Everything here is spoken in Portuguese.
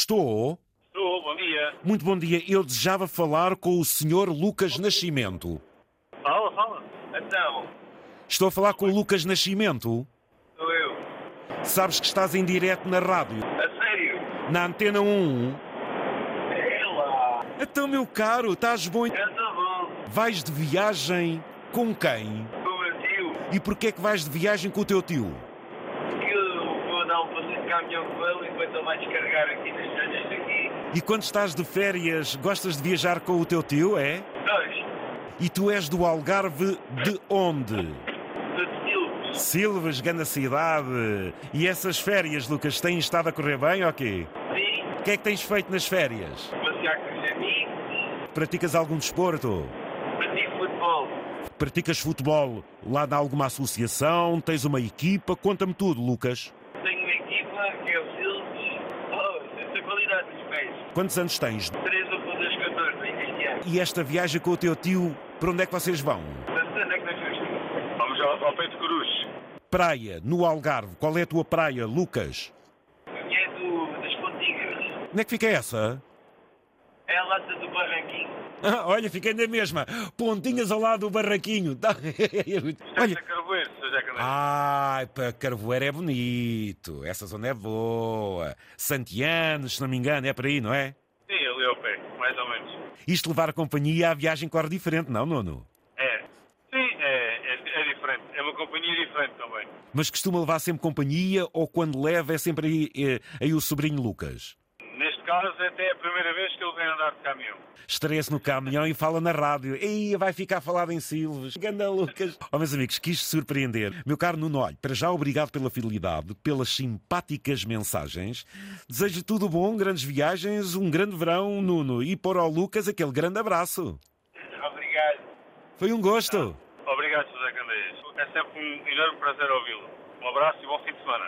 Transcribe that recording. Estou. Estou, bom dia. Muito bom dia. Eu desejava falar com o Sr. Lucas Nascimento. Fala, fala. Então, Estou a falar com o Lucas Nascimento. sou eu. Sabes que estás em direto na rádio, A sério? na Antena 1. É lá. Então, meu caro, estás bom? Eu tô tá bom. Vais de viagem com quem? Com o meu tio, E porquê é que vais de viagem com o teu tio? que eu vou dar um passeio de caminhão com ele enquanto ele vai descarregar aqui nas janjas daqui. E quando estás de férias, gostas de viajar com o teu tio, é? Dois. E tu és do Algarve de onde? De quilos. Silves, grande cidade. E essas férias, Lucas, têm estado a correr bem ou quê? Sim. O que é que tens feito nas férias? Passear com os amigos. Praticas algum desporto? Pratico futebol. Praticas futebol lá de alguma associação? Tens uma equipa? Conta-me tudo, Lucas. Tenho uma equipa que é o Silves. Oh, essa qualidade dos pés. Quantos anos tens? 3 ou 14 ainda este ano. E esta viagem com o teu tio, para onde é que vocês vão? Mas onde é que nós vamos? Vamos ao, ao Peito Cruz. Praia, no Algarve. Qual é a tua praia, Lucas? Que é do, das Pontigas. Onde é que fica essa? É a lata do Barranquinho. Ah, olha, fiquei na mesma. Pontinhas ao lado do barraquinho. Tá. olha. Ah. Carvoeiro, Sr. Jacaré. Ai, para Carvoeiro é bonito. Essa zona é boa. Santianos, se não me engano, é para aí, não é? Sim, ali ao pé, mais ou menos. Isto levar a companhia à viagem corre diferente, não, Nuno? É. Sim, é, é, é diferente. É uma companhia diferente também. Mas costuma levar sempre companhia ou quando leva é sempre aí, eh, aí o sobrinho Lucas? Neste caso, é até a primeira vez que ele vem andar de caminhão. Estreia-se no caminhão e fala na rádio. E vai ficar falado em Silves. Ganda Lucas. Ó, meus amigos, quis surpreender. Meu caro Nuno, olhe, para já obrigado pela fidelidade, pelas simpáticas mensagens. Desejo tudo bom, grandes viagens, um grande verão, Nuno. E por ao Lucas aquele grande abraço. Obrigado. Foi um gosto. Obrigado, Sr. Jacandeias. É sempre um enorme prazer ouvi-lo. Um abraço e bom fim de semana.